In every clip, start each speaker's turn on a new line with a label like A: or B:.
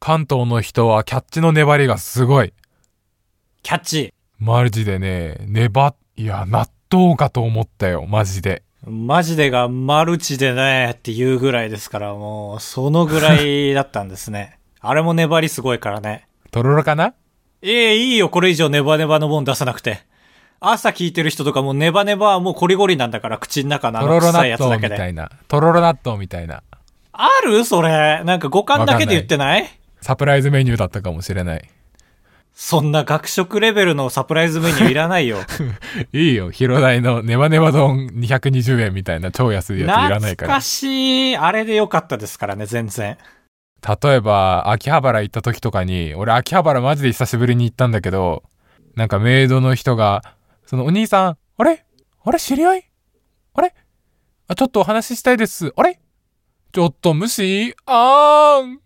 A: 関東の人はキャッチの粘りがすごい。
B: キャッチ。
A: マジでね、粘、いや、納豆かと思ったよ、マジで。
B: マジでがマルチでねっていうぐらいですから、もう、そのぐらいだったんですね。 あれも粘りすごいからね。
A: とろろかな
B: ええいいよ、これ以上ネバネバのもん出さなくて。朝聞いてる人とかもうネバネバはもうコリゴリなんだから、口の中のあ
A: と
B: の
A: ろろ
B: 臭いや
A: 納
B: つだ
A: 豆
B: け
A: み
B: で。
A: たいな。とろろ納豆みたいな。
B: あるそれ。なんか五感だけで言ってない
A: サプライズメニューだったかもしれない。
B: そんな学食レベルのサプライズメニューいらないよ。
A: いいよ、広大のネバネバ丼220円みたいな超 安いやついらないか
B: 懐
A: ら
B: か。しい。あれでよかったですからね、全然。
A: 例えば、秋葉原行った時とかに、俺秋葉原マジで久しぶりに行ったんだけど、なんかメイドの人が、そのお兄さん、あれあれ知り合いあれあ、ちょっとお話ししたいです。あれちょっと無視あーん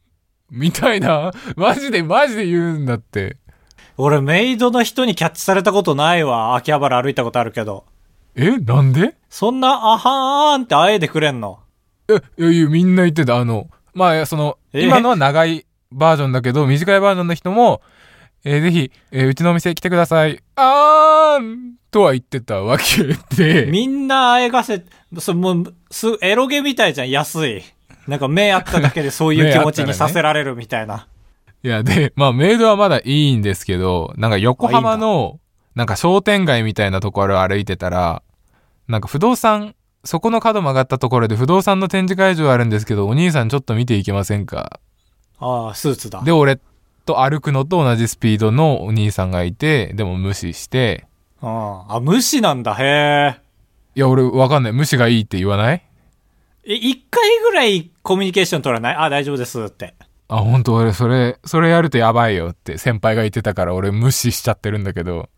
A: みたいな、マジでマジで言うんだって。
B: 俺、メイドの人にキャッチされたことないわ。秋葉原歩いたことあるけど。
A: えなんで
B: そんな、あはーんってあえでくれんの。
A: え、いやいやみんな言ってた。あの、まあ、その、
B: え
A: 今のは長いバージョンだけど、短いバージョンの人も、えーぜひ、えーうちのお店来てください。あーんとは言ってたわけで、
B: みんなあえがせ、そもう、す、エロゲみたいじゃん、安い。なんか目あっただ けでそういう気持ちにさせられるみたいな。
A: いや、で、まあ、メイドはまだいいんですけど、なんか横浜の、なんか商店街みたいなところを歩いてたら、なんか不動産、そこの角曲がったところで不動産の展示会場あるんですけど、お兄さんちょっと見ていけませんか
B: ああ、スーツだ。
A: で、俺と歩くのと同じスピードのお兄さんがいて、でも無視して、
B: うん。あ、無視なんだ、へ
A: いや、俺わかんない。無視がいいって言わない
B: え。え、一回ぐらいコミュニケーション取らないあ、大丈夫ですって。
A: あ、本当俺、それ、それやるとやばいよって先輩が言ってたから、俺無視しちゃってるんだけど、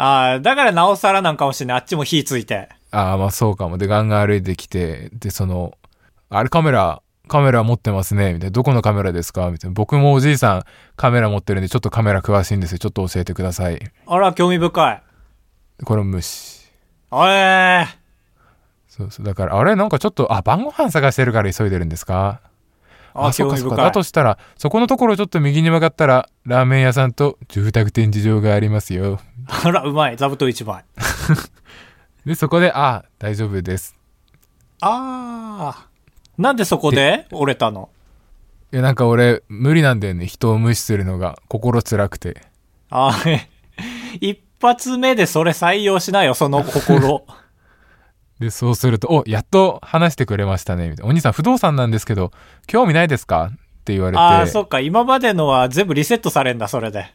B: ああ、だからなおさらなんかもしれない。あっちも火ついて。
A: ああ、まあそうかも。で、ガンガン歩いてきて、で、その、あれカメラ、カメラ持ってますね、みたいな。どこのカメラですかみたいな。僕もおじいさんカメラ持ってるんで、ちょっとカメラ詳しいんですよ。ちょっと教えてください。
B: あら、興味深い。
A: これも無視。
B: おえー。
A: そうそう。だから、あれなんかちょっと、あ、晩ご飯探してるから急いでるんですか
B: あ、
A: そう
B: 興
A: か
B: 味
A: そうか。
B: 深い
A: だ。としたら、そこのところをちょっと右に曲がったら、ラーメン屋さんと住宅展示場がありますよ。
B: あら、うまい。座布団一枚。
A: で、そこで、あ、大丈夫です。
B: ああ。なんでそこで折れたの
A: いや、なんか俺、無理なんだよね。人を無視するのが、心辛くて。
B: ああ、え一発目でそれ採用しなよ、そ の心。
A: で、そうすると、お、やっと話してくれましたね、みたいな。お兄さん、不動産なんですけど、興味ないですかって言われて。
B: ああ、そっか。今までのは全部リセットされんだ、それで。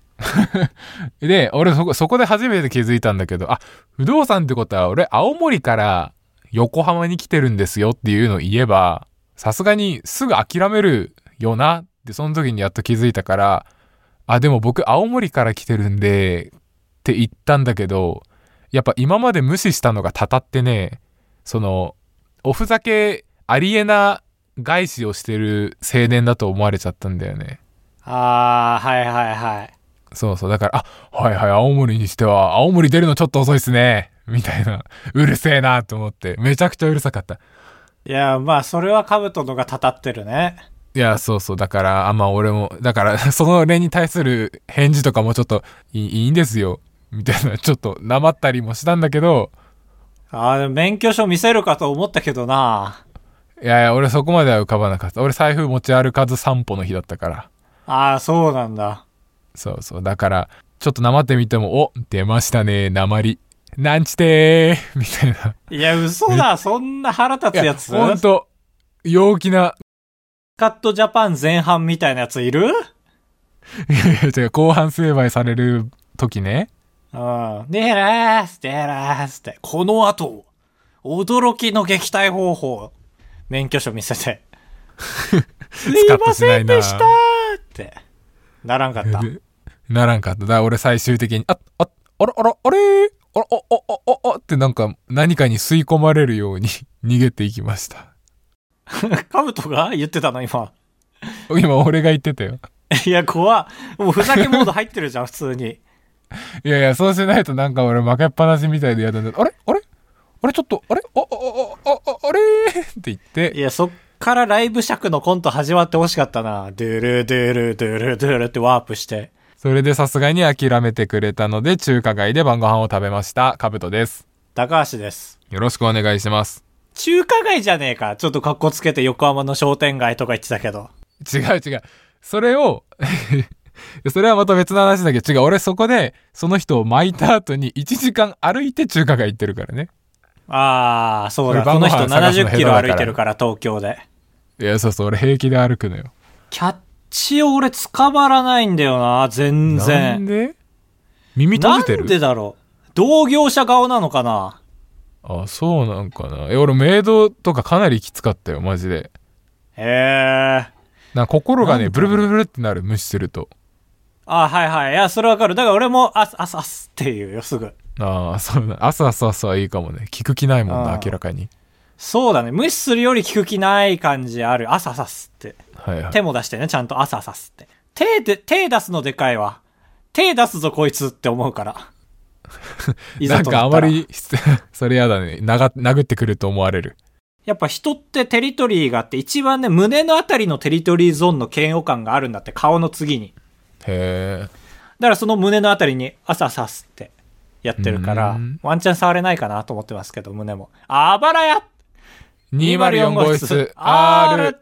A: で、俺そこ、そこで初めて気づいたんだけど、あ、不動産ってことは、俺、青森から横浜に来てるんですよっていうのを言えば、さすがにすぐ諦めるよなって、その時にやっと気づいたから、あ、でも僕、青森から来てるんで、って言ったんだけど、やっぱ今まで無視したのがたたってね、その、おふざけありえな外資をしてる青年だと思われちゃったんだよね。
B: ああ、はいはいはい。
A: そうそう。だから、あ、はいはい、青森にしては、青森出るのちょっと遅いっすね。みたいな。 うるせえなと思って。めちゃくちゃうるさかった。
B: いや、まあ、それはカブトのがたたってるね。
A: いや、そうそう。だから、あ、まあ俺も、だから、 その例に対する返事とかもちょっと、いいいいんですよ。みたいな、ちょっと、なまったりもしたんだけど、
B: ああ、でも免許証見せるかと思ったけどな。
A: いやいや、俺そこまでは浮かばなかった。俺財布持ち歩かず散歩の日だったから。
B: ああ、そうなんだ。
A: そうそう。だから、ちょっとなまってみても、お、出ましたね、なまり。なんちてーみたいな。
B: いや、嘘 だ。そんな腹立つやつ。
A: ほんと、陽気な
B: カットジャパン前半みたいなやついる
A: いやいや違う後半成敗される時ね
B: うん。でらーす、でらーすって。この後、驚きの撃退方法。免許証見せ て。すい
A: カッ
B: ま
A: としな
B: せ
A: い
B: ん
A: な
B: でしたーって。ならん かった。
A: でならんかっただから俺最終的にあああらあらあれーあらおおおおおってなんか何かに吸い込まれるように 逃げていきました
B: カブトが言ってたの今。
A: 今俺が言ってたよ
B: いや、怖っもうふざけモード入ってるじゃん、普通に。
A: いやいやそうしないとなんか俺負けっぱなしみたいでやだんだあれあれあれちょっとあれおおおおおおあれーって言って
B: いや、そっからライブ尺のコント始まってほしかったな。ドゥルドゥルドゥルドゥルってワープして。
A: それでさすがに諦めてくれたので、中華街で晩ご飯を食べました。カブトです。
B: 高橋です。
A: よろしくお願いします。
B: 中華街じゃねえか。ちょっと格好つけて横浜の商店街とか言ってたけど。
A: 違う違う。それを、 それはまた別の話だけど、違う。俺そこで、その人を巻いた後に1時間歩いて中華街行ってるからね。
B: あー、そうだ。
A: これ
B: こ
A: 晩ご
B: の
A: 飯
B: 人
A: 探すの
B: 70
A: 下
B: キ
A: 手
B: ロ
A: だから
B: 歩いてるから、東京で。
A: いや、そうそう。俺平気で歩くのよ。
B: キャッチを俺捕まらないんだよな、全
A: な
B: 然
A: ん。で耳閉じて
B: なんで
A: る
B: だろう同業者顔なのかな
A: あ、そうなんかな。え、俺メイドとかかなりきつかったよ、マジで。
B: へえ。
A: なんか心が
B: な
A: ね、
B: ん
A: ブルブルブルってなる、無視すると。
B: あ、はいはい。いや、それわかる。だから俺も、あす、あす、あすっていうよ、すぐ。
A: ああ、そうだ。朝朝朝はいいかもね。聞く気ないもん
B: あ
A: な、
B: ー
A: 明らかに。
B: そうだね。無視するより聞く気ない感じある。あす、あす、あすって。
A: はいはい。
B: 手も出してね、ちゃんとあす、あす、あすって。手で、手出すのでかいわ。手出すぞ、こいつって思 うから。い
A: な
B: ざ
A: ん
B: とな
A: かあ
B: った
A: ま
B: ら。
A: り、 それやだね。なが、殴ってくると思われる。
B: やっぱ人ってテリトリーがあって、一番ね、胸のあたりのテリトリーゾーンの嫌悪感があるんだって、顔の次に。
A: へえ。
B: だからその胸のあたりに、あささすってやってるから
A: うん、
B: ワンチャン触れないかなと思ってますけど、胸も。あばらや
A: 204号室 R。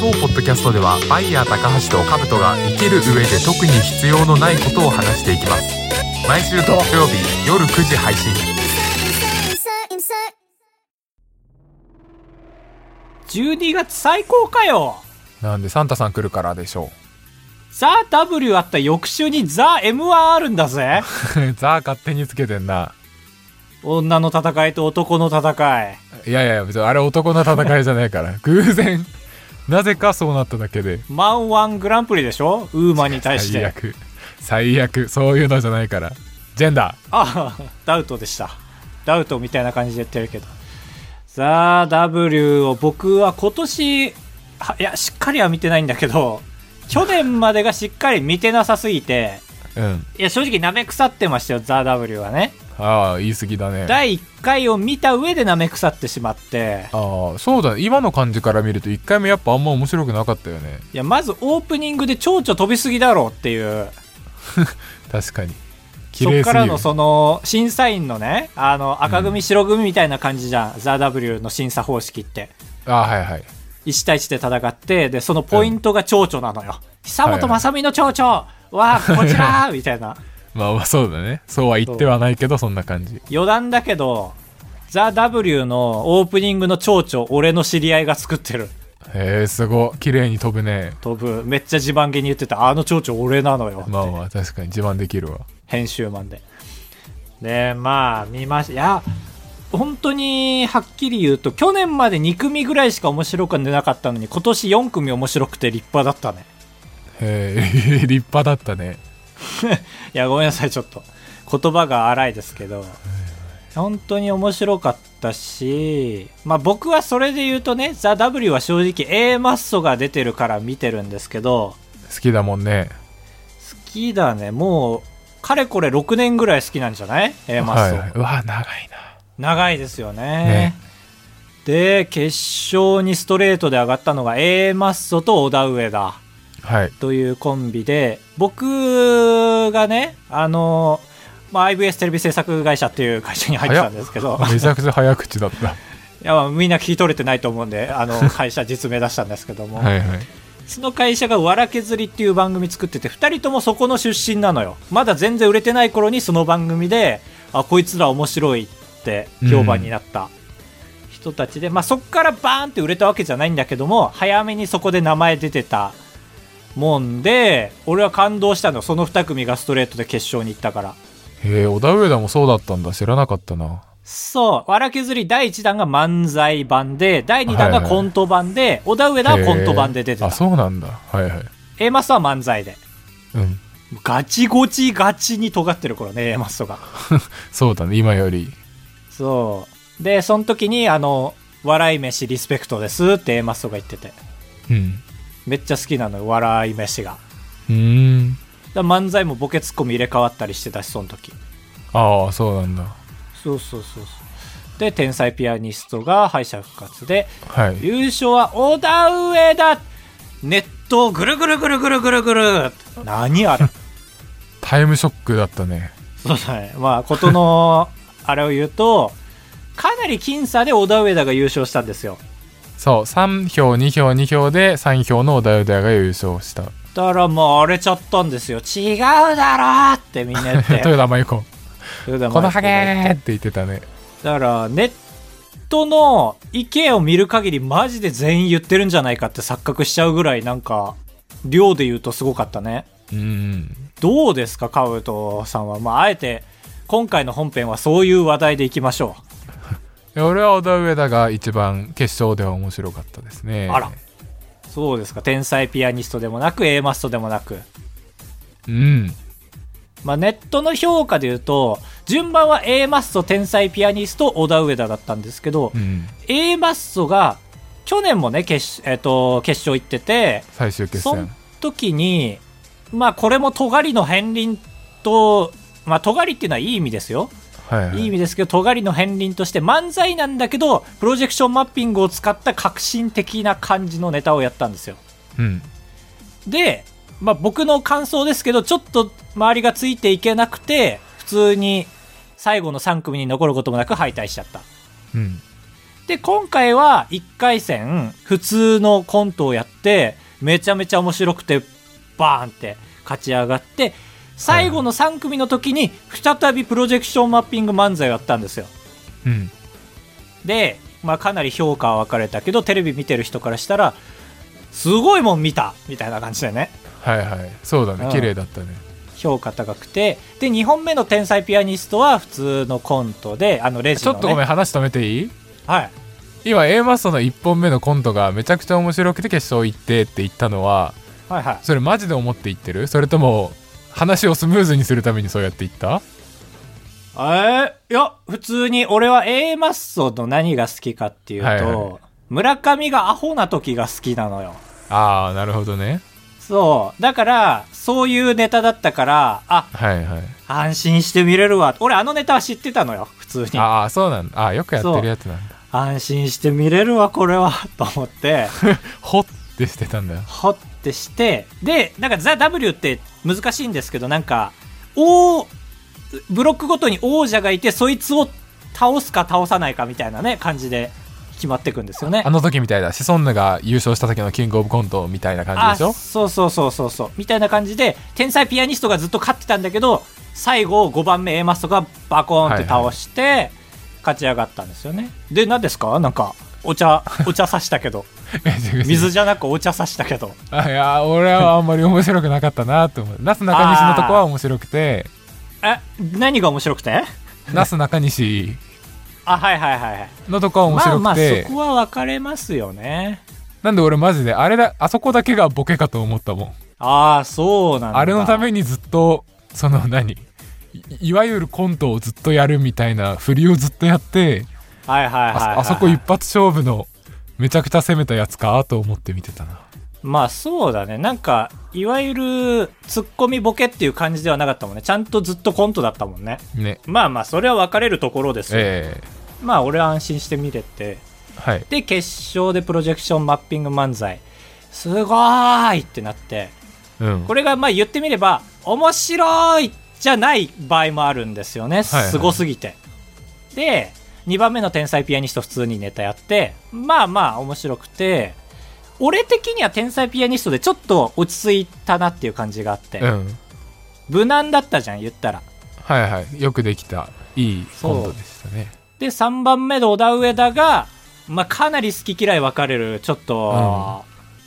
A: 当ポッドキャストではバイヤー高橋とカブトが生きる上で特に必要のないことを話していきます毎週土曜日夜9時配信
C: insert, insert.
B: 12月最高かよ
A: なんでサンタさん来るからでしょ
B: ザ・ W あった翌週にザ・ M1 あるん だぜ
A: う ザー勝手につけてんな
B: 女の戦いと男の戦い。
A: いやいや別にあれ男の戦いじゃないから 偶然なぜかそうなっただけで
B: マンワングランプリでしょウーマンに対し
A: 最
B: て。
A: 悪最悪そういうのじゃないからジェンダ
B: あ、ダウトでした。ダウトみたいな感じで言ってるけど。ザ・ W を僕は今年、はいや、しっかりは見てないんだけど、去年までがしっかり見てなさすぎて、
A: ーうん
B: いや、正直舐め腐ってましたよ、ザ・ W はね。
A: ああ言い過ぎだね
B: 第1回を見た上で舐め腐ってしまって、
A: ああそうだね今の感じから見ると一回目やっぱあんま面白くなかったよね
B: いや、まずオープニングで蝶々飛びすぎだろうっていう、
A: 確かに綺
B: そっ
A: 麗す
B: か
A: ぎ
B: ら
A: る
B: のその、審査員のね、あの、赤組、白組みたいな感じじゃん、ザ・ W の審査方式って。
A: あはいはい
B: 1対1で戦ってでそのポイントが蝶々なのよ、久本雅美の蝶々わあこち らみたいな
A: まあまあそうだねそうは言ってはないけどそんな感じ
B: 余談だけど「ザ・ w のオープニングの蝶々俺の知り合いが作ってる
A: へえすごい綺麗に飛ぶね
B: 飛ぶめっちゃ自慢げに言ってたあの蝶々俺なのよって、
A: まあまあ確かに自慢できるわ
B: 編集マンででまあ見ましたいや本当にはっきり言うと去年まで2組ぐらいしか面白くなかったのに今年4組面白くて立派だったね
A: へえ 立派だったね
B: いやごめんなさいちょっと言葉が荒いですけど本当に面白かったしまあ僕はそれで言うとね「ザ・ w は正直 A マッソが出てるから見てるんですけど
A: 好きだもんね
B: 好きだねもうかれこれ6年ぐらい好きなんじゃない ?A マッ
A: は
B: ソ、
A: い、はいうわ長いな
B: 長いですよね
A: ね
B: で決勝にストレートで上がったのが A マッソと小田上田
A: はい
B: というコンビで僕がねあの、まあ、IBS テレビ制作会社っていう会社に入ってたんですけど
A: めちゃくちゃ早口だった
B: いやまあみんな聞き取れてないと思うんであの会社実名出したんですけ ども、
A: はいはい
B: その会社が「わら削り」っていう番組作ってて2人ともそこの出身なのよまだ全然売れてない頃にその番組であこいつら面白いって評判になった人たちで、まあ、そこからバーンって売れたわけじゃないんだけども早めにそこで名前出てたもんで俺は感動したのその2組がストレートで決勝に行ったから
A: へえ小田上田もそうだったんだ知らなかったな
B: そう「わら削り」第1弾が漫才版で第2弾がコント版で、小田上田はコント版で出て
A: へえ
B: た
A: あそうなんだはいはい
B: A マスは漫才で
A: うん
B: ガチゴチガチに尖ってる頃ね、マッソが。
A: そうだね今より
B: そう。で、その時に、あの、笑い飯リスペクトですって A マッソが言ってて。
A: うん
B: めっちゃ好きなのよ、笑い飯が。
A: うーん
B: だ漫才もボケツッコミ入れ替わったりしてたし、その時。
A: ああそうなんだ
B: そうそうそうそう。で天才ピアニストが敗者復活で
A: はい。
B: 優勝はオダウエダネットをぐるぐるぐるぐるぐるぐる何あれ
A: タイムショックだったね。
B: そうだねまあことのあれを言うとかなり僅差でオダウエダが優勝したんですよ
A: そう、3票、2票、2票で3票のオダウダが優勝した。
B: だからもう荒れちゃったんですよ違うだろうってみんな言 って
A: 豊田真由子、
B: それでは
A: こ
B: ま
A: の
B: あ
A: ハゲーって言ってたね。
B: だからネットの意見を見る限りマジで全員言ってるんじゃないかって錯覚しちゃうぐらいなんか量で言うとすごかったね
A: うん。
B: どうですかカブトさんは、まあ、あえて今回の本編はそういう話題でいきましょ
A: いや俺はオダウエダが一番決勝では面白かったですね。
B: あらうそうですか天才ピアニストでもなく A マストでもなく、
A: うん。
B: まあ、ネットの評価で言うと順番は A マスト天才ピアニスト小田上田だったんですけど、
A: うん。
B: A マッソが去年もね決,、えっと決勝行ってて
A: 最終決
B: その
A: 戦。
B: 時にまあこれも尖りの片鱗とまあ尖りっていうのはいい意味ですよ、
A: はい、はい。
B: い、い意味ですけど尖りの片鱗として漫才なんだけどプロジェクションマッピングを使った革新的な感じのネタをやったんですよ
A: うん。
B: で、まあ、僕の感想ですけどちょっと周りがついていけなくて普通に最後の3組に残ることもなく敗退しちゃった
A: うん。
B: で今回は1回戦普通のコントをやってめちゃめちゃ面白くてバーンって勝ち上がって最後の3組の時に再びプロジェクションマッピング漫才をやったんですよ
A: うん。
B: で、まあ、かなり評価は分かれたけどテレビ見てる人からしたらすごいもん見たみたいな感じでね
A: はいはい。そうだ
B: う
A: ね
B: ん。
A: 綺麗だったね。
B: 評価高くてで2本目の天才ピアニストは普通のコントであのレジ
A: ちょ
B: の、
A: っ
B: ね、
A: とごめん、話止めていい
B: はい
A: 今 A マストの1本目のコントがめちゃくちゃ面白くて決勝行ってって言ったのは、
B: はいはい
A: それマジで思って言ってるそれとも、話をスムーズにするためにそうやって言った
B: えー、いや、普通に俺は A マッソの何が好きかっていうと、
A: はいは
B: 村上がアホな時が好きなのよ。
A: ああ、なるほどね。
B: そう。だから、そういうネタだったから、あ、
A: はいはい。
B: 安心して見れるわ。俺あのネタは知ってたのよ、普通に。
A: ああ、そうなんだ。ああー、よくやってるやつなんだ。
B: 安心して見れるわ、これは、 と思って、
A: ほってしてたんだよ。
B: ほってして、で、なんかザ・ W って難しいんですけど、なんか、王、ブロックごとに王者がいて、そいつを倒すか倒さないかみたいなね、感じで決まっていくんですよね
A: あ。の時みたいだ。シソンヌが優勝した時のキングオブコントみたいな感じで
B: あ
A: し
B: そうそうそうそうそうみたいな感じで天才ピアニストがずっと勝ってたんだけど最後5番目 A マストがバコーンって倒して、勝ち上がったんですよねで何ですかなんかお 茶お茶さしたけど
A: ょ
B: 水じゃなくお茶さしたけど
A: あいや俺はあんまり面白くなかったなと思う。なすなかにしのとこは面白く て、
B: え何が面白くて
A: なすなかにし
B: あはいはいはいはい
A: のとこは面白くて、
B: まあまあそこは分かれますよね
A: なんで俺マジであれだ、あそこだけがボケかと思ったもん。
B: ああそうなんだ
A: あれのためにずっと、その何いいわゆるコントをずっとやるみたいな振りをずっとやって、
B: はいはいはい、
A: あ
B: はい、
A: あそこ一発勝負のめちゃくちゃ攻めたやつかと思って見てたな。
B: まあそうだね。なんか、いわゆる、ツッコミボケっていう感じではなかったもんね。ちゃんとずっとコントだったもんね。
A: ね。
B: まあまあ、それは分かれるところですよ。
A: え
B: まあ、俺は安心して見れて。
A: えはい。
B: で、決勝でプロジェクションマッピング漫才。すごーいってなって。
A: うん。
B: これが、まあ言ってみれば、面白いじゃない場合もあるんですよね。
A: はいはい
B: すごすぎて。で、2番目の天才ピアニスト普通にネタやって、まあまあ面白くて、俺的には天才ピアニストでちょっと落ち着いたなっていう感じがあって、
A: うん。
B: 無難だったじゃん、言ったら。
A: はいはい。よくできた、いいコントでしたね。
B: で、3番目の小田上田が、まあかなり好き嫌い分かれる、ちょっと、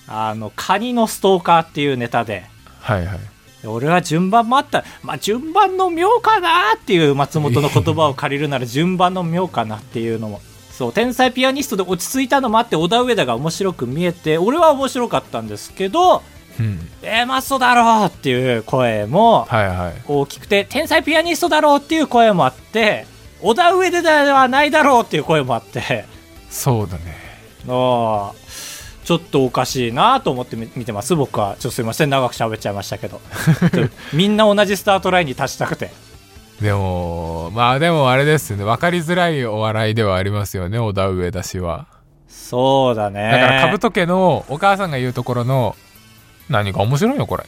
B: あの、カニのストーカーっていうネタで、
A: はいはい。
B: で俺は順番もあった、まあ、順番の妙かなっていう松本の言葉を借りるなら順番の妙かなっていうのもそう天才ピアニストで落ち着いたのもあって小田上田が面白く見えて俺は面白かったんですけど
A: うん。
B: 「えー、マストだろ!」っていう声も
A: はいはい。
B: 大きくて「天才ピアニストだろ!」っていう声もあって小田上田ではないだろうっていう声もあって
A: そうだね。
B: あーちょっとおかしいなと思ってみ見てます僕はちょっとすいませ ん長く喋っちゃいましたけどちょっとみんな同じスタートラインに立ちたくて
A: でも、ど、まあでもあれですね、わかりづらいお笑いではありますよね、小田上田氏は。
B: そうだね。
A: だから、兜家のお母さんが言うところの、何が面白いのこれ。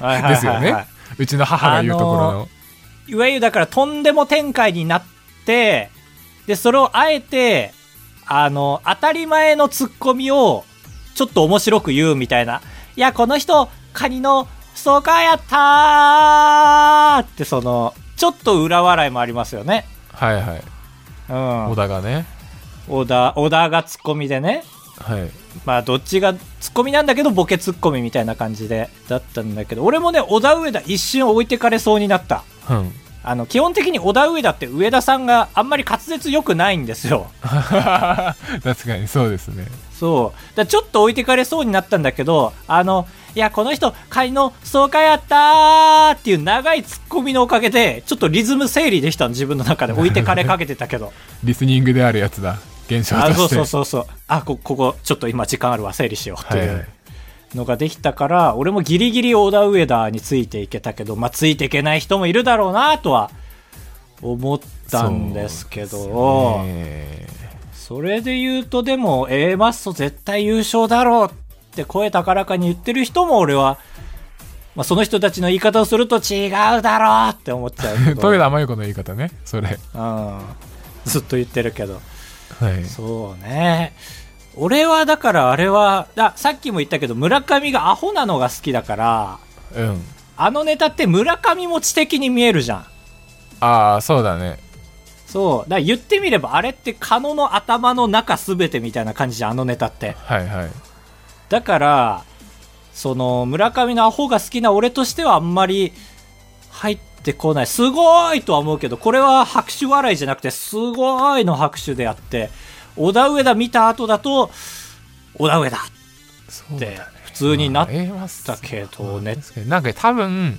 B: はいはいはいはい
A: ですよねうちの母が言うところの。
B: あのいわゆるだからとんでも展開になって、で、それをあえて、あの、当たり前のツッコミをちょっと面白く言うみたいな。いや、この人、カニのストーカーやったーって、その、ちょっと裏笑いもありますよね。
A: はいはい。
B: うん。
A: 小田がね。
B: 小田、小田がツッコミでね。
A: はい。
B: まあ、どっちがツッコミなんだけど、ボケツッコミみたいな感じで、だったんだけど、俺もね、小田上田一瞬置いてかれそうになった。
A: うん。
B: あの基本的に小田上田って上田さんがあんまり滑舌良くないんです よ。
A: 確かにそうですね。
B: そう。だからちょっと置いてかれそうになったんだけど、あの、いや、この人、仮のストーカーやったーっていう長いツッコミのおかげで、ちょっとリズム整理できたの、自分の中で。置いてかれかけてた けど。
A: リスニングであるやつだ。現象として。
B: あそうそうそうそう。あ、こ、ここ、ちょっと今時間あるわ、整理しようって
A: はい
B: い
A: は
B: う
A: い。
B: のができたから、俺もギリギリオーダーウェダーについていけたけど、まあ、ついていけない人もいるだろうなとは思ったんですけど、そ,、
A: そうですね
B: れで言うとでも A マッソ絶対優勝だろうって声高らかに言ってる人も俺は、まあ、その人たちの言い方をすると違うだろうって思っちゃうけど、
A: 豊田真由子の言い方ね。それ。
B: うん、ずっと言ってるけど。
A: はい。
B: そうね。俺はだからあれは、あさっきも言ったけど村上がアホなのが好きだから、
A: うん。
B: あのネタって村上も知的に見えるじゃん。
A: ああ、そうだね。
B: そう。だから言ってみればあれって狩野の頭の中すべてみたいな感じじゃん、あのネタって。
A: はいはい。
B: だから、その村上のアホが好きな俺としてはあんまり入ってこない。すごいとは思うけど、これは拍手笑いじゃなくて、すごいの拍手であって、小田上田見た後だと、小田上田
A: そう
B: っ
A: だ
B: て普通になっ
A: まあ A マッソ
B: たけどね
A: 確かになんか多分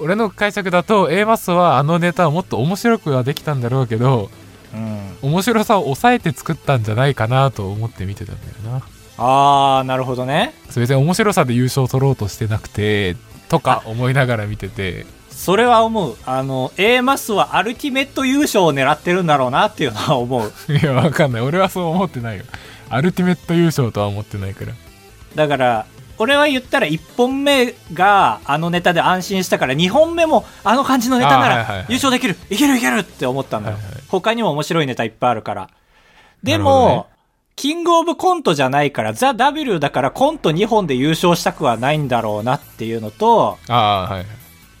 A: 俺の解釈だと A マッソはあのネタをもっと面白くはできたんだろうけど
B: うん、
A: 面白さを抑えて作ったんじゃないかなと思って見てたんだよな
B: ああなるほどね
A: それで面白さで優勝取ろうとしてなくてとか思いながら見てて
B: それは思うあの A マスはアルティメット優勝を狙ってるんだろうなっていうのは思う
A: いやわかんない俺はそう思ってないよアルティメット優勝とは思ってないから
B: だから俺は言ったら1本目があのネタで安心したから2本目もあの感じのネタ
A: あ
B: な
A: ーはいはいは
B: ら
A: い
B: 優勝できる、いけるいけるって思ったんだよ、
A: はいはい
B: 他にも面白いネタいっぱいあるからで
A: なるほ
B: も
A: ど、
B: キングオブコントじゃないからザ・ W だからコント2本で優勝したくはないんだろうなっていうのと
A: ああはい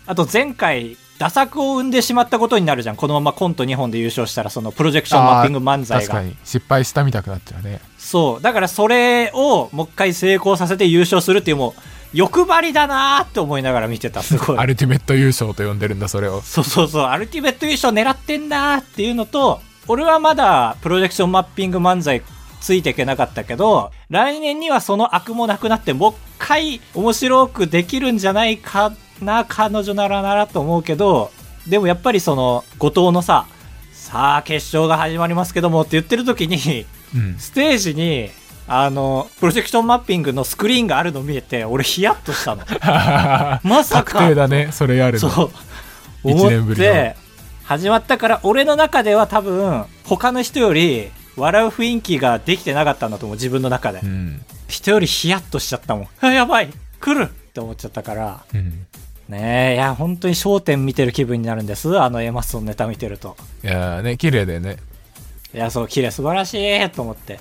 B: あと前回、打作を生んでしまったことになるじゃん。このままコント2本で優勝したら、そのプロジェクションマッピング漫才
A: 確か
B: が。
A: に失敗したみたくなっちゃうね
B: そう。だからそれをもう一回成功させて優勝するっていう、もう欲張りだなーって思いながら見てた。すご
A: ア
B: い。
A: ルティメット優勝と呼んでるんだそれを
B: そうそうそう。アルティメット優勝狙ってんだーっていうのと、俺はまだプロジェクションマッピング漫才ついていけなかったけど、来年にはその悪もなくなって、もう一回面白くできるんじゃないかな、彼女ならならと思うけど、でもやっぱりその、後藤のさ、さあ決勝が始まりますけどもって言ってる時に、
A: うん
B: ステージに、あの、プロジェクションマッピングのスクリーンがあるの見えて、俺ヒヤッとし たの。まさ
A: 確
B: か。
A: 定だねそれやるの
B: そう。
A: 一年ぶりの
B: 思って始まったから、俺の中では多分、他の人より笑う雰囲気ができてなかったんだと思う、自分の中で。
A: うん
B: 人よりヒヤッとしちゃったもん。 あ、やばい来るって思っちゃったから。
A: うん
B: ねえ、いや、本当に焦点見てる気分になるんです。あのエマスのネタ見てると。
A: いやーね綺麗だよね
B: いや、そう、綺麗、素晴らしいと思って。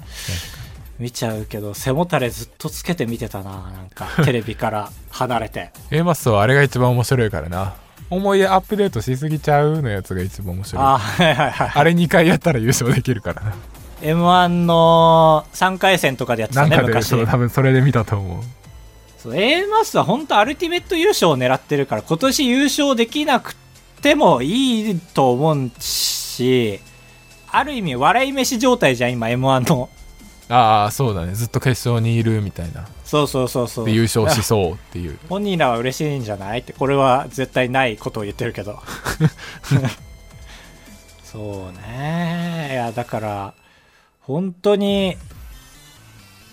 B: 見ちゃうけど、背もたれずっとつけて見てたな、なんか、 テレビから離れて。
A: A マッソはあれが一番面白いからな思い出アップデートしすぎちゃうのやつが一番面白い
B: あ
A: あ
B: ーはいはいはい。
A: れ2回やったら優勝できるからな
B: M1 の3回戦とかでやって
A: な
B: た
A: ん
B: ね、
A: かで
B: 昔
A: そ。う多分それで見たと思う
B: そう、A マスは本当アルティメット優勝を狙ってるから、今年優勝できなくてもいいと思うし、ある意味笑い飯状態じゃん、今 M1 の。
A: ああそうだねずっと決勝にいるみたいな
B: そうそうそうそう。
A: で優勝しそうって いう
B: 本人らは嬉しいんじゃないってこれは絶対ないことを言ってるけど そうねいやだから本当に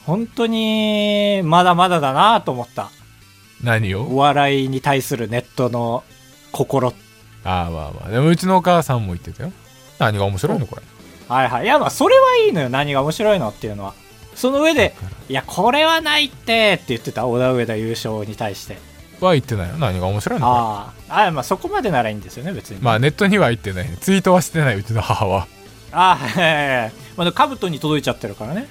B: 本当にまだまだだなと思った
A: 何
B: お
A: を
B: 笑いに対するネットの心
A: ああまあまあでもうちのお母さんも言ってたよ何が面白いのこれ
B: はいはいいやまあそれはいいのよ何が面白いのっていうのはその上で「いやこれはないって」って言ってた小田上田優勝に対して
A: は言ってないよ何が面白いのこ
B: ああああまあそこまでならいいんですよね別に、
A: れまあネットには言ってないねツイートはしてないうちの母は
B: ああはいはいはいまあかぶとに届いちゃってるからね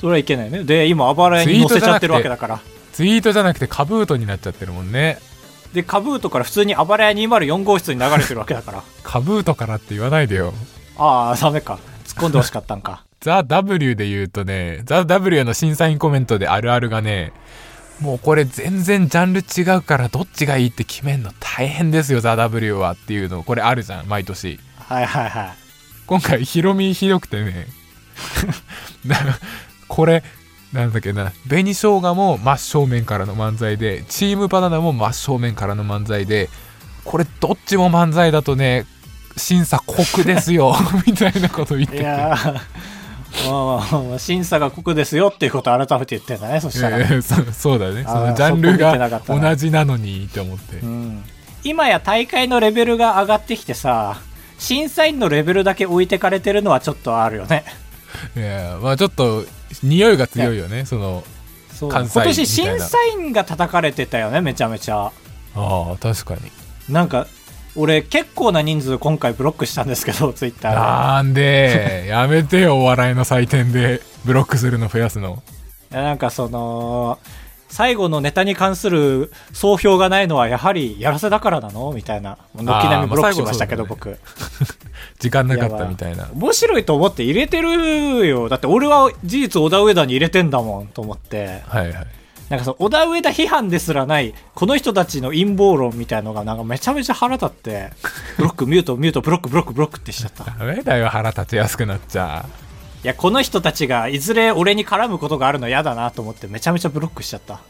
B: それはいけないねで今あばらに乗せちゃってるわけだから
A: ツイートじゃなくてカブートになっちゃってるもんね
B: でカブートから普通にあばらや204号室に流れてるわけだから
A: カブートからって言わないでよ
B: ああダメか突っ込んでほしかったんか
A: ザ・ W で言うとね、ザ・ W の審査員コメントであるあるがね、もうこれ全然ジャンル違うからどっちがいいって決めんの大変ですよ、ザ・ W はっていうの、これあるじゃん、毎年。
B: はいはいはい
A: 今回、ヒロミひどくてね、 なこれ、なんだっけな、紅生姜も真正面からの漫才で、チームバナナも真正面からの漫才で、これどっちも漫才だとね、審査酷ですよ、 みたいなこと言って
B: い
A: て。
B: やーまあまあまあ審査が酷ですよっていうことを改めて言ってんだねそしたら、
A: ええそうそうだね
B: あー
A: そのジャンル
B: そこ見てなか
A: が
B: ったな
A: 同じなのにって思って
B: うん、今や大会のレベルが上がってきてさ審査員のレベルだけ置いてかれてるのはちょっとあるよね
A: いやまあちょっと匂いが強いよねその
B: そう
A: 関
B: 今
A: 西みたいな
B: 年審査員が叩かれてたよねめちゃめちゃ
A: ああ確かに
B: なんか俺結構な人数今回ブロックしたんですけど ツイッターで
A: なん でやめてよお笑いの祭典でブロックするの増やすの
B: いやなんかその最後のネタに関する総評がないのはやはりやらせだからなのみたいなもう軒並みブロックしましたけど、
A: あーまあ
B: 僕
A: 時間なかったみたいな
B: 面白いと思って入れてるよだって俺は事実小田上田に入れてんだもんと思って
A: はいはい
B: なんかその小田上田批判ですらないこの人たちの陰謀論みたいのがなんかめちゃめちゃ腹立ってブロックミュートミュートブロックブロックブロックってしちゃったい
A: ダメだよ腹立ちやすくなっちゃ
B: やこの人たちがいずれ俺に絡むことがあるの嫌だなと思ってめちゃめちゃブロックしちゃった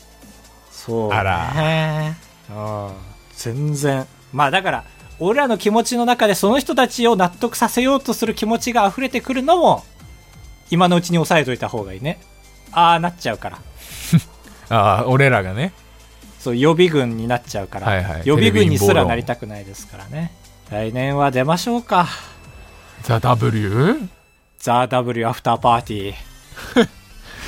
B: そう、ね、
A: あら
B: ああ全然まあだから俺らの気持ちの中でその人たちを納得させようとする気持ちが溢れてくるのも今のうちに抑えといた方がいいねああなっちゃうから
A: ああ俺らがね
B: そう予備軍になっちゃうから、
A: はいはい
B: 予備軍にすらなりたくないですからね来年は出ましょうか
A: ザ・ W?
B: ザ・ W アフターパーティー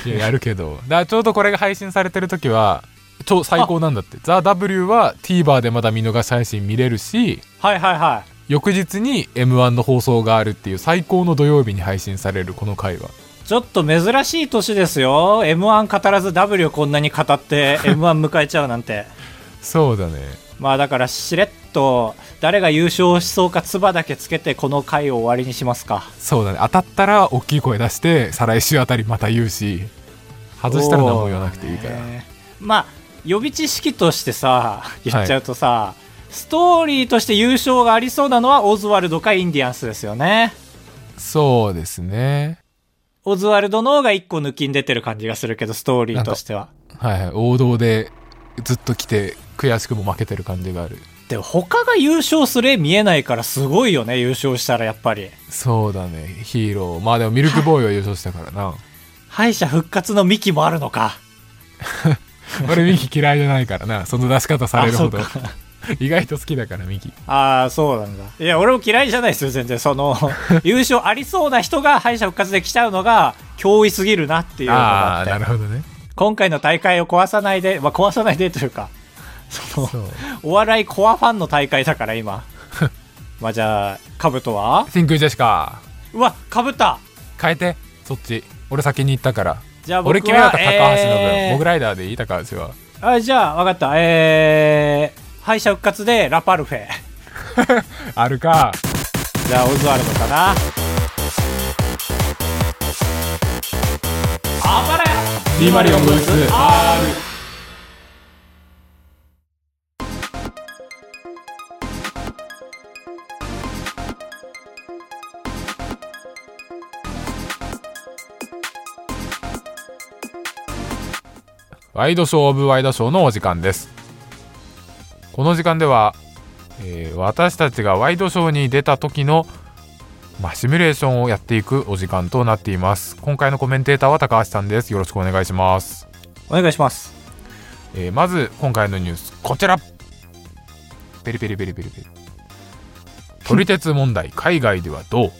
A: いややるけどだからちょうどこれが配信されてる時は超最高なんだって「ザ・ w は TVer でまだ見逃し配信見れるし
B: はいはいは
A: 翌日に m 1の放送があるっていう最高の土曜日に配信されるこの回はい
B: ちょっと珍しい年ですよ m 1語らず W をこんなに語って m 1迎えちゃうなんて
A: そうだね
B: まあだからしれっと誰が優勝しそうか唾だけつけてこの回を終わりにしますか
A: そうだね当たったら大きい声出して再来週あたりまた言うし外したら何も言わなくていいから、
B: そうだねまあ予備知識としてさ言っちゃうとさ、ストーリーとして優勝がありそうなのはオズワルドかインディアンスですよね
A: そうですね
B: オズワルドの方が1個抜きに出てる感じがするけどストーリーとしては
A: はいはい王道でずっと来て悔しくも負けてる感じがある
B: でも他が優勝する絵見えないからすごいよね優勝したらやっぱり
A: そうだねヒーローまあでもミルクボーイは優勝したからな
B: 敗者復活の幹もあるのか
A: 俺ミキ嫌いじゃないからなその出し方されるほど
B: あそうか
A: 意外と好きだからミキ
B: ああそうなんだいや俺も嫌いじゃないですよ全然 その優勝ありそうな人が敗者復活で来ちゃうのが脅威すぎるなっていうのがあ
A: ああ
B: っ
A: ーな
B: て
A: るほど ね
B: 今回の大会を壊さないで、まあ、壊さないでというか その
A: そう
B: お笑いコアファンの大会だから今まあじゃあかぶとは
A: 真空ジェシカ
B: うわかぶった
A: 変えてそっち俺先に行ったから
B: じゃあ僕は
A: 俺決めようか高橋の分、
B: えー
A: モグライダーでいい高橋は
B: あじゃあわかったえー、敗者復活でラパルフェ
A: あるか
B: じゃあオズワルドかなあばれ
A: D マリオンブース
B: R
A: ワイドショーオブワイドショーのお時間ですこの時間では、えー私たちがワイドショーに出た時のまあ、シミュレーションをやっていくお時間となっています今回のコメンテーターは高橋さんですよろしくお願いします
B: お願いします
A: えーまず今回のニュースこちらペリペリペリペリペリ撮り鉄問題、海外ではどう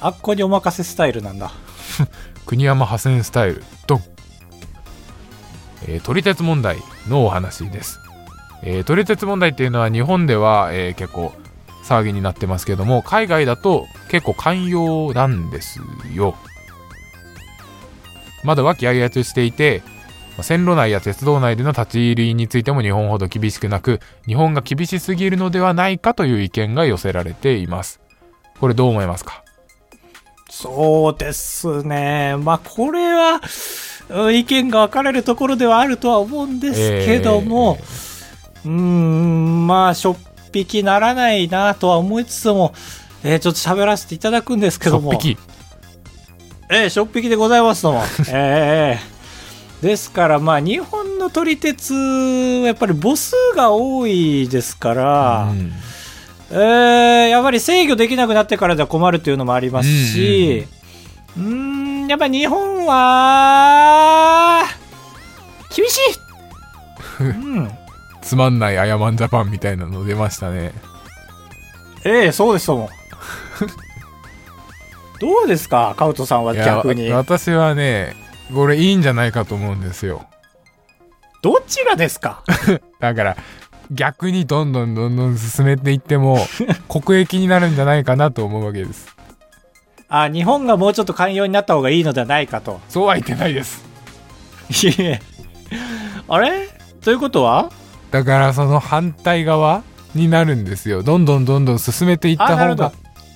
B: あっこにお任せスタイルなんだ
A: 国山派遣スタイルドン、えー、撮り鉄問題のお話です、えー、撮り鉄問題っていうのは日本では、えー結構騒ぎになってますけども海外だと結構寛容なんですよまだ和気あいあいとしていてまあ線路内や鉄道内での立ち入りについても日本ほど厳しくなく日本が厳しすぎるのではないかという意見が寄せられていますこれどう思いますか
B: そうですねまあこれはうん意見が分かれるところではあるとは思うんですけども、
A: えー
B: うーんまあしょっぴきならないなとは思いつつもえーちょっと喋らせていただくんですけ
A: そ
B: ど
A: っ
B: も
A: ぴき
B: ええしょっぴきでございますのも。 ええですから、まあ、日本の撮り鉄、やっぱり母数が多いですから、
A: うん
B: ええやっぱり制御できなくなってからじゃ困るというのもありますし、うーん、やっぱり日本は、厳しいうん。
A: つまんないアヤマンジャパンみたいなの出ましたね。
B: ええそうです とも。どうですか、カウトさんはい
A: や
B: 逆に
A: わ。私はね、これいいんじゃないかと思うんですよ。
B: どちらですか
A: だから、逆にどんどんどんどん進めていって も、国益になるんじゃないかなと思うわけです。
B: あ、日本がもうちょっと寛容になった方がいいのではないかと。
A: そうは言ってないです。
B: いえいえあれということは
A: だからその反対側になるんですよ。どんどんどんどん進めていっ
B: あ
A: た
B: なる
A: 方
B: ほど
A: が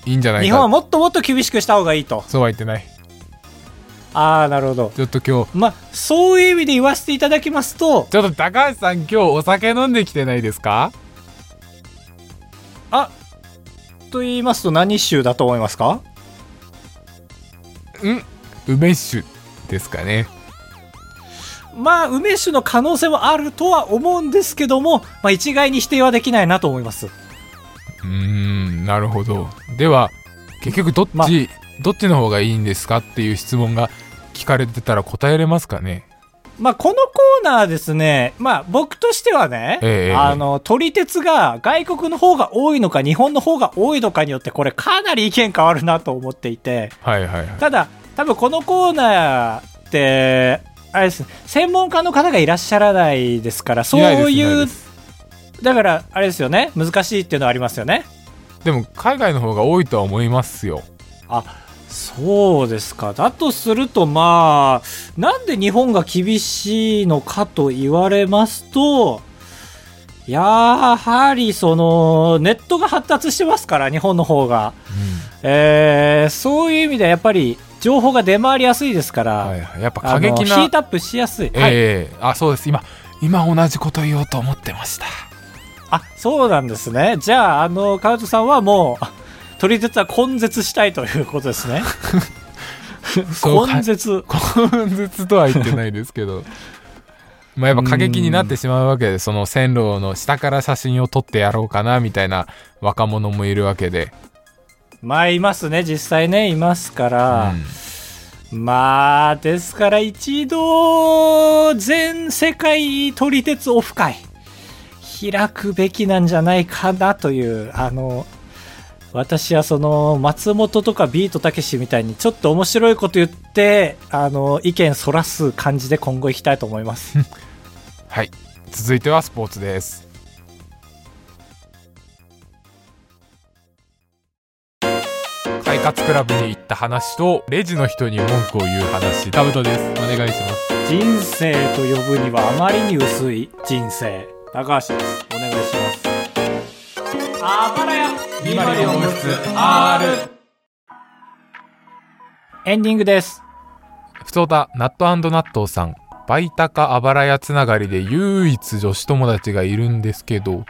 A: いいんじゃない
B: 日本は
A: か。
B: もっともっと厳しくした方がいいと。
A: そうは言ってない。
B: ああ、なるほど。
A: ちょっと今日、
B: まあ、そういう意味で言わせていただきますと、
A: ちょっと高橋さん今日お酒飲んできてないですか
B: あと言いますと何州だと思いますか
A: 梅酒ですかね。
B: まあ、梅酒の可能性はあるとは思うんですけども、まあ、一概に否定はできないなと思います。
A: うーんなるほどでは結局どっち、
B: ま
A: どっちの方がいいんですかっていう質問が聞かれてたら答えれますかね
B: まあ、このコーナーですね、まあ、僕としてはね、
A: ええ
B: あの、撮り鉄が外国の方が多いのか、日本の方が多いのかによって、これかなり意見変わるなと思っていて、
A: はいはいはい
B: ただ多分このコーナーってあれですね専門家の方がいらっしゃらないですからそう
A: い
B: い
A: な
B: う
A: ですいないです
B: だからあれですよね難しいっていうのはありますよね
A: でも海外の方が多いとは思いますよ
B: あそうですかだとするとまあなんで日本が厳しいのかと言われますとやはりそのネットが発達してますから日本の方が、えーそういう意味ではやっぱり情報が出回りやすいですから、
A: はいはい、やっぱ過
B: あの
A: 激
B: ヒ
A: な
B: ートアップしやすい、はい
A: ええあそうです今今同じこと言おうと思ってました
B: あそうなんですねじゃああのカウトさんはもうあ撮り鉄は根絶したいということですね
A: そうか
B: 根絶
A: 根絶とは言ってないですけ どまあやっぱ過激になってしまうわけでその線路の下から写真を撮ってやろうかなみたいな若者もいるわけで、
B: まあいますね実際ねいますか
A: う
B: ら、
A: ん
B: まあですから一度全世界撮り鉄オフ会開くべきなんじゃないかなというあの私はその松本とかビートたけしみたいにちょっと面白いこと言ってあの意見そらす感じで今後いきたいと思います
A: はい続いてはスポーツです快活クラブに行った話とレジの人に文句を言う話タブトですお願いします
B: 人生と呼ぶにはあまりに薄い人生高橋ですお願いしますあばらやエンディングです
A: ふつおたナットナットーさんバイタカあばらやつながりで唯一女子友達がいるんですけど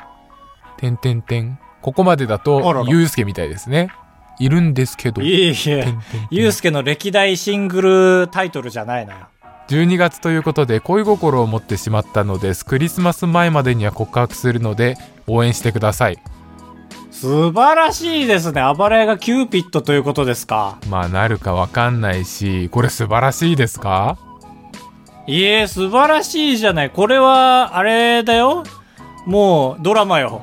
A: てんてんてんここまでだ
B: あら
A: と
B: ら
A: ゆうすけみたいですねいるんですけど
B: いえい
A: て
B: え
A: んてんてん
B: ゆうすけの歴代シングルタイトルじゃないのよ
A: 12月ということで恋心を持ってしまったのですクリスマス前までには告白するので応援してください
B: 素晴らしいですねあばらやがキューピッドということですか
A: まあなるかわかんないしこれ素晴らしいですか
B: いえ素晴らしいじゃないこれはあれだよもうドラマよ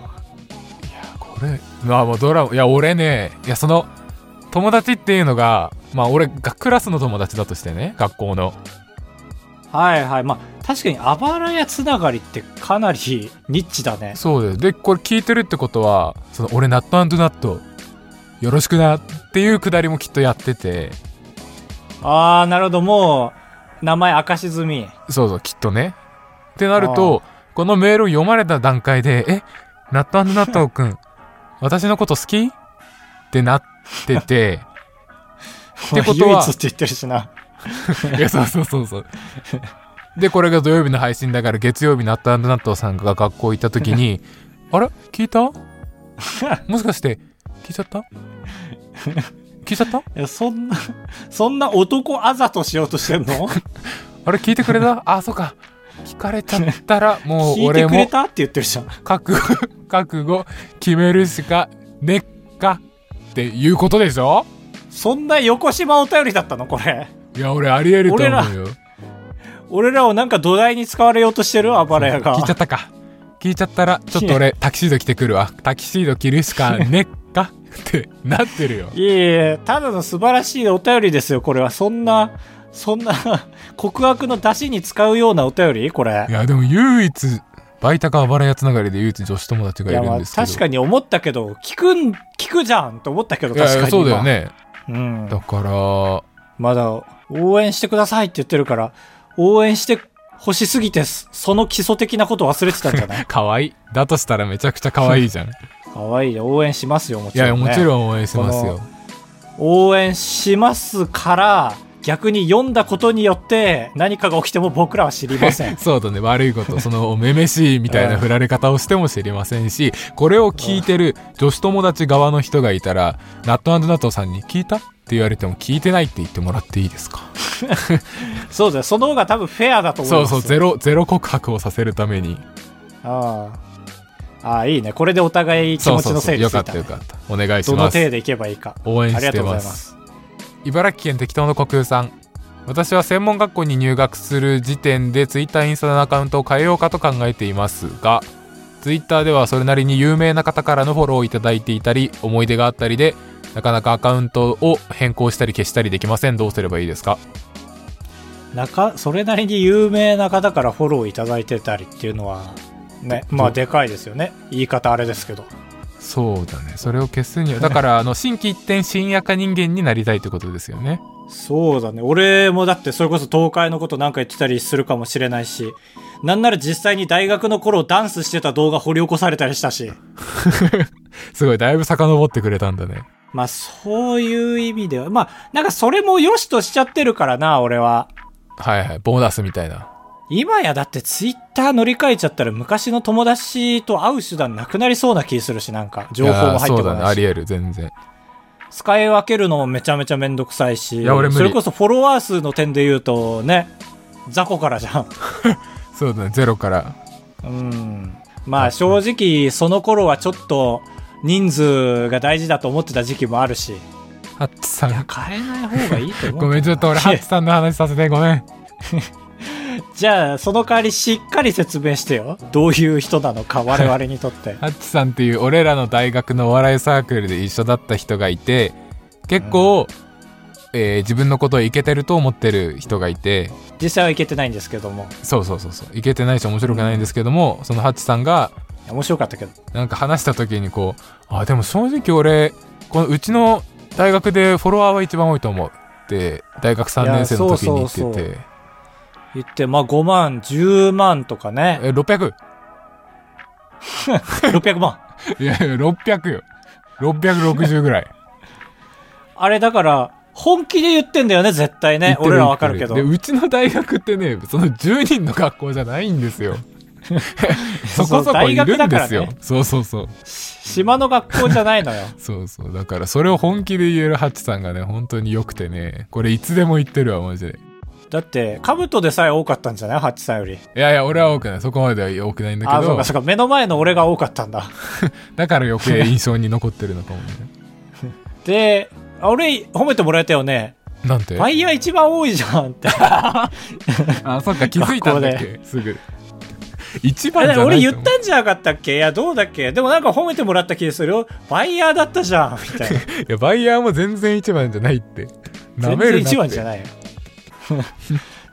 A: これまあもうドラマいや俺ねいやその友達っていうのがまあ俺がクラスの友達だとしてね学校の
B: はいはいまあ確かにあばらやつながりってかなり ニッチだね
A: そうですでこれ聞いてるってことはその俺ナットアンドナットよろしくなっていうくだりもきっとやってて
B: ああなるほどもう名前明かし済み
A: そうそうきっとねってなるとこのメールを読まれた段階で「えナットアンドナットくん私のこと好き?」ってなって ててことは
B: 唯一って言ってるしない
A: やそうそうそうそうでこれが土曜日の配信だから月曜日ナットアンドナットさんが学校行った時に 「あれ聞いたもしかして聞いちゃった聞いちゃった
B: いやそんな そんな男あざとしようとして んの
A: あれ聞いてくれたあそうか聞かれちゃったらもう
B: 聞いて
A: 俺
B: くれ
A: も
B: たって言ってるじゃん
A: 覚悟 覚悟決めるしかねっかっていうことでしょ
B: そんな横島お便りだったのこれ
A: いや俺ありえると思うよ
B: 俺らをなんか土台に使われようとしてるあばらやが
A: 聞いちゃったか聞いちゃったらちょっと俺タキシード着てくるわタキシード着るしかねっかってなってるよ
B: いえいえただの素晴らしいお便りですよこれはそんなそんな 告白の出しに使うようなお便りこれ
A: いやでも唯一バイタか暴れやつながりで唯一女子友達がいるんですけど
B: 確かに思ったけど聞くん聞くじゃんと思ったけど
A: いや
B: 確かに今
A: そうだよね
B: うん
A: だから
B: まだ応援してくださいって言ってるから応援して欲しすぎてそその基礎的なこと忘れてたんじゃない
A: 可愛いだとしたらめちゃくちゃ可愛いじゃんい
B: 可愛いよ応援しますよもちろん、
A: や
B: ね、
A: もちろん応援しますよ
B: 応援しますから逆に読んだことによって何かが起きても僕らは知りま せん
A: そうだね悪いことそのめめしいみたいな振られ方をしても知りませんしこれを聞いてる女子友達側の人がいたらナットナットさんに「聞いた?」って言われても聞いてないって言ってもらっていいですか
B: そうだよその方が多分フェアだと思い
A: そ
B: ま
A: う
B: す
A: そうゼロゼロ告白をさせるために
B: ああああいいねこれでお互い気
A: そう
B: 持
A: そ
B: ち
A: う
B: の
A: そ
B: 整
A: う
B: 理
A: よ
B: ついた
A: か
B: ね
A: ったよかったお願いし
B: どの
A: ます
B: 程度いけばいいか
A: 応援
B: あり
A: し
B: がと
A: て
B: うござ
A: ま
B: いますす
A: 茨城県適当の国有さん私は専門学校に入学する時点でツイッターインスタのアカウントを変えようかと考えていますがツイッターではそれなりに有名な方からのフォローをいただいていたり思い出があったりでなかなかアカウントを変更したり消したりできませんどうすればいいですか
B: なかそれなりに有名な方からフォローいただいてたりっていうのはねまあでかいですよね言い方あれですけど
A: そうだねそれを消す にはだからあの新規一転新赤人間になりたいってことですよね
B: そうだね俺もだってそれこそ東海のことなんか言ってたりするかもしれないしなんなら実際に大学の頃ダンスしてた動画掘り起こされたりしたし
A: すごいだいぶ遡ってくれたんだね
B: まあそういう意味ではまあなんかそれも良しとしちゃってるからな俺は
A: はいはいボーナスみたいな
B: 今やだってツイッター乗り換えちゃったら昔の友達と会う手段なくなりそうな気するしなんか情報も
A: いや
B: 入って
A: そう
B: こ
A: だね
B: な
A: あ
B: いし
A: りえる全然
B: 使い分けるのもめちゃめちゃめんどくさいし
A: や俺無理
B: それこそフォロワー数の点で言うとね雑魚からじゃん
A: そうだねゼロから
B: うんまあ正直その頃はちょっと人数が大事だと思ってた時期もあるし
A: ハッチさん
B: 変えない方がいいと思うけどな
A: ごめん、ちょっと俺、ハッ
B: い
A: チさんの話させて、ごめん。
B: や じゃあその代わりしっかり説明してよどういう人なのか我々にとって
A: ハッチさんっていう、俺らの大学のお笑いサークルで一緒だった人がいて、結構、えー自分のことをイケてると思ってる人がいて、
B: 実際はいけてないんですけども
A: そうそうそうそう、イケてないし面白くないんですけども、そのハッチさんが、
B: いや面白かったけど
A: なんか話した時にこう、あ、でも正直俺、このうちの大学でフォロワーは一番多いと思うって、大学3年生の時に言ってて、
B: いやそうそうそう言ってまあ5万10万とかね
A: え、600?
B: 600万
A: いやいや、600よ。660ぐらい。
B: あれだから、本気で言ってんだよね、絶対
A: 言
B: ね
A: っ。て
B: 俺らわかるけど
A: 言っ。てでうちの大学ってねその10人の学校じゃないんです よそこそこいるんですよ
B: そう大学だからね
A: そうそうそう
B: 島の学校じゃないのよ。
A: そうそうだからそれを本気で言えるハチさんがね本当に良くてねこれいつでも言ってるわマジで
B: だって、兜でさえ多かったんじゃないハッチさんより。
A: いやいや俺は多くないそこまでは多くないんだけ
B: ああ、そ
A: ど
B: うかそうか。目の前の俺が多かったんだ。
A: だから余計印象に残ってるのかもね
B: で、あ俺、褒めてもらえたよね。
A: なんて
B: ファイヤー一番多いじゃんって。
A: あそっか気づいたんだっ
B: 学
A: けすぐ一
B: あ
A: 番じゃ
B: れ
A: ない
B: 俺言
A: と思
B: っ
A: う
B: たんじゃなかったっけいや、どうだっけでもなんか褒めてもらった気がするよ。ファイヤーだったじゃんみたいな。
A: いやバイヤーも全然一番じゃないってな
B: 全
A: めるなっ
B: 然
A: て
B: 一番じゃない よ。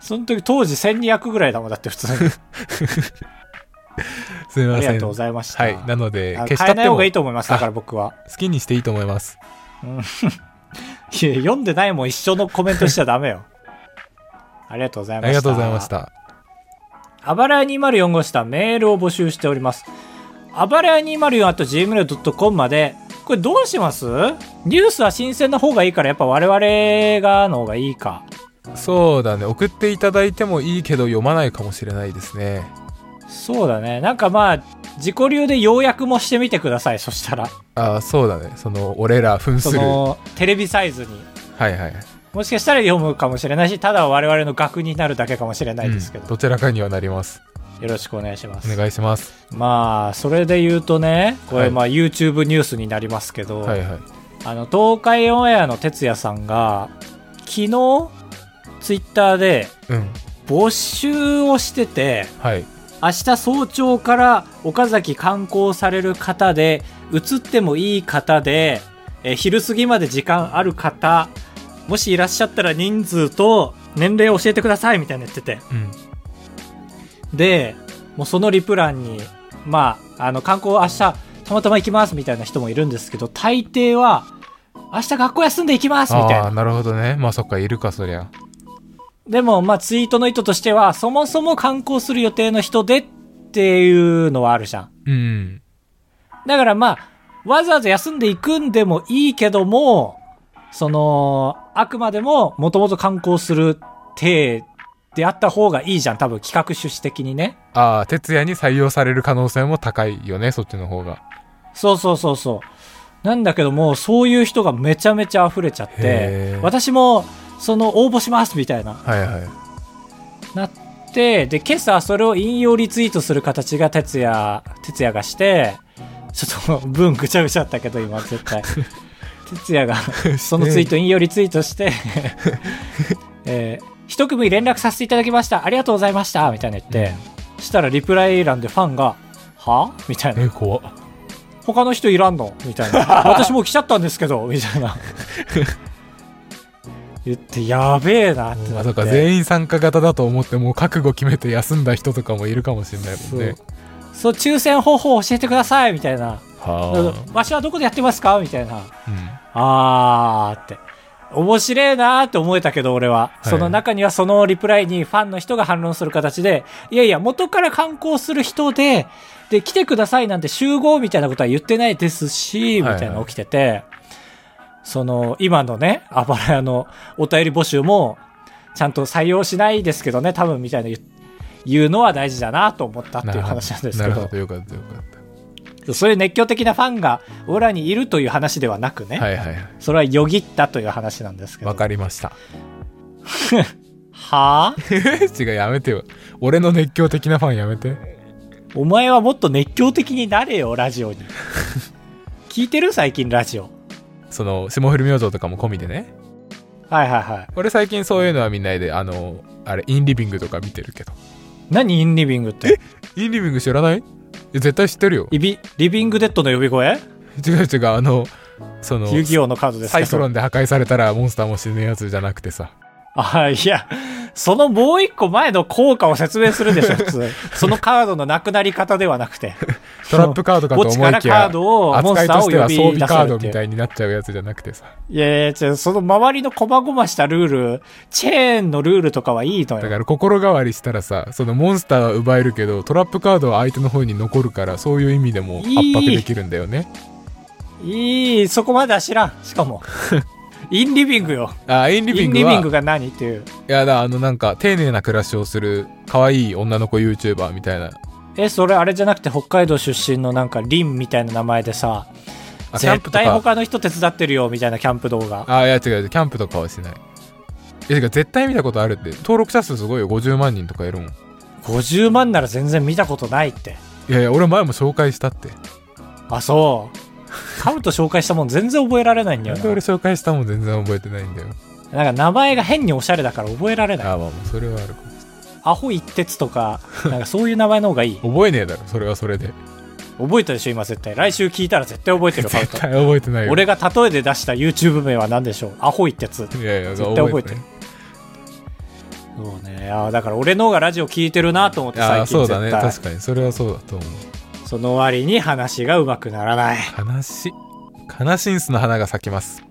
B: その時当時1200ぐらいだもんだって普通 に。
A: すみ
B: あ
A: ま
B: り
A: せ
B: が
A: ん
B: とうございました。
A: はいなので
B: あ
A: 消し
B: 変
A: た
B: え
A: っ
B: な
A: ても
B: い方がい
A: 好
B: いと思います、だから僕は。
A: きにしていいと思います
B: いや、読んでないもん一緒のコメントしちゃダメよ。 ありがとうございました。
A: ありがとうございまし。た
B: あばらや204号したメールを募集しております。あばらや204 at gmail.com まで、これどうしますニュースは新鮮な方がいいから、やっぱ我々がの方がいいか。
A: そうだね送っていただいてもいいけど読まないかもしれないですね
B: そうだね。なんかまあ、自己流で要約もしてみてください、そしたら。
A: ああそうだねその俺ら扮す
B: そ
A: るは
B: の、テレビサイズに。
A: いはい
B: もしかしたら読むかもしれないし、ただ我々の額になるだけかもしれないですけ
A: うん
B: ど、
A: どちらかにはなります
B: よろしくお願いします。
A: お願いします
B: まあ、それで言うとね、こ
A: は
B: れ
A: い
B: まあ YouTube ニュースになりますけど、
A: はいはい
B: あの、東海オンエアの哲也さんが、昨日、ツイッターで
A: うん
B: 募集をしてて、
A: はい
B: 明日早朝から岡崎観光される方で、移ってもいい方で、えー昼過ぎまで時間ある方、もしいらっしゃったら人数と年齢を教えてくださいみたいなの言ってて。
A: うん
B: で、もうそのリプランに、まあ、あの、観光明日、たまたま行きますみたいな人もいるんですけど、大抵は、明日学校休んで行きますみたい
A: ああな
B: な。
A: るほどねまあそっかいるかそりゃ
B: でも、まあ、ツイートの意図としては、そもそも観光する予定の人でっていうのはあるじゃん。
A: うん
B: だからまあ、わざわざ休んでいくんでもいいけども、その、あくまでも、もともと観光する体であった方がいいじゃん。多分企画趣旨的にね。
A: ああ哲也に採用される可能性も高いよねそっちの方が
B: そうそうそうそう。なんだけども、そういう人がめちゃめちゃ溢れちゃっ
A: へ
B: て
A: ー、
B: 私も、その、応募しますみたいな、
A: はいはい
B: なって、で、今朝それを引用リツイートする形が哲也、哲也がして、ちょっと文ぐちゃぐちゃだったけど、今絶対。哲也が、そのツイート引用リツイートして、えー一組連絡させていただきました。ありがとうございました。みたいな言って、したらリプライ欄でファンが、はみたいな。
A: え怖っ
B: 他の人いらんのみたいな 私もう来ちゃったんですけどみたいな 言ってやべえなってな
A: ま
B: っ
A: さ
B: て
A: か全員参加型だと思ってもう覚悟決めて休んだ人とかもいるかもしれないもんね
B: そう抽選方法教えてくださいみたいな
A: は
B: わしはどこでやってますかみたいな
A: あ、うん
B: あーって面白いなーって思えたけど俺は、
A: い
B: その中にはそのリプライにファンの人が反論する形でいやいや元から観光する人でで来てくださいなんて集合みたいなことは言ってないです
A: は
B: し、
A: いはい
B: みたいなの起きててその今のねあばら屋のお便り募集もちゃんと採用しないですけどね多分みたいな言う言うのは大事だなと思ったっていう話なんですけ
A: る
B: ど
A: ほどよかったよかっ
B: そういう熱狂的なファンが俺らにいるという話ではなくね、
A: たはいはいはい
B: それはよぎったという話なんですけど。
A: わかりました
B: はあ
A: 違うやめてよ俺の熱狂的なファンやめて
B: お前はもっと熱狂的になれよ、ラジオに。聞いてる最近ラジオ。
A: その霜降り明星とかも込みでね
B: はいはいはい。
A: 俺最近そういうのは見ないであのあれインリビングとか見てるけど
B: 何インリビングって。
A: インリビング知らないいや絶対知ってるよ
B: リビ、リビングデッドの呼び声
A: 違う違うあのその
B: 遊戯王のカードです
A: サ
B: か
A: イクロ
B: ン。
A: ンで破壊されたらモンスターも死ぬやつじゃなくてさ
B: あ、いや、そのもう一個前の効果を説明するでしょ、普通。そのカードのなくなり方ではなくて。
A: トラップカードかと思
B: 墓
A: い
B: 地
A: き
B: から
A: や
B: カードを
A: 扱いとしては装備カードみた
B: い
A: いになっちゃうやつじゃなくてさ
B: いやいや、ちょその周りの細々したルール、チェーンのルールとかはいいのよ
A: だ。から心変わりしたらさそのモンスターは奪えるけどトラップカードは相手の方に残るからそういう意味でも圧迫できるんだよね
B: いい、そこまでは知らん。しかも。 インリビングよ。
A: あインリビ
B: イ
A: ン
B: ン
A: グ
B: リ
A: は
B: ビングが何っていう。
A: いやだあのなんか丁寧な暮らしをする可愛い女の子 YouTuber みたいな
B: え、それあれじゃなくて北海道出身のなんかリンみたいな名前でさ、
A: あキャンプ
B: 絶
A: と
B: 対
A: か
B: 他の人手伝ってるよみたいなキャンプ動画。
A: あいや違う違うキャンプとかはしないいやてか絶対見たことあるって登録者数すごいよ50万人とかいるもんい
B: 50万なら全然見たことないって。
A: やいや俺前も紹介したって
B: あ、そう。カブト紹介したもん全然覚えられないんだ
A: な
B: よ
A: んで俺
B: な。
A: 紹介したもん全然覚えてないんだよ
B: なんか名前が変におしゃれだから覚えられない。
A: あまあもうそれはあるかも
B: あアホ一徹と か、なんかそういう名前の方がいい。
A: 覚えねえだろ、それはそ れで。
B: 覚えたでしょ、今絶対。来週聞いたら絶対覚えてる、カウ
A: 絶
B: ト。
A: 対覚えてないよ。
B: 俺が例えで出した YouTube 名は何でしょうアホ一徹。
A: いやいや、
B: 絶対覚えてるそうね。あーだから俺の方がラジオ聞いてるなと思って
A: あ
B: 最
A: あ、
B: 近
A: そう
B: 絶
A: だ
B: 対。
A: ね。確かに。それはそうだと思う。
B: その割に話がうまくならない。
A: 悲しい。悲しんすの花が咲きます。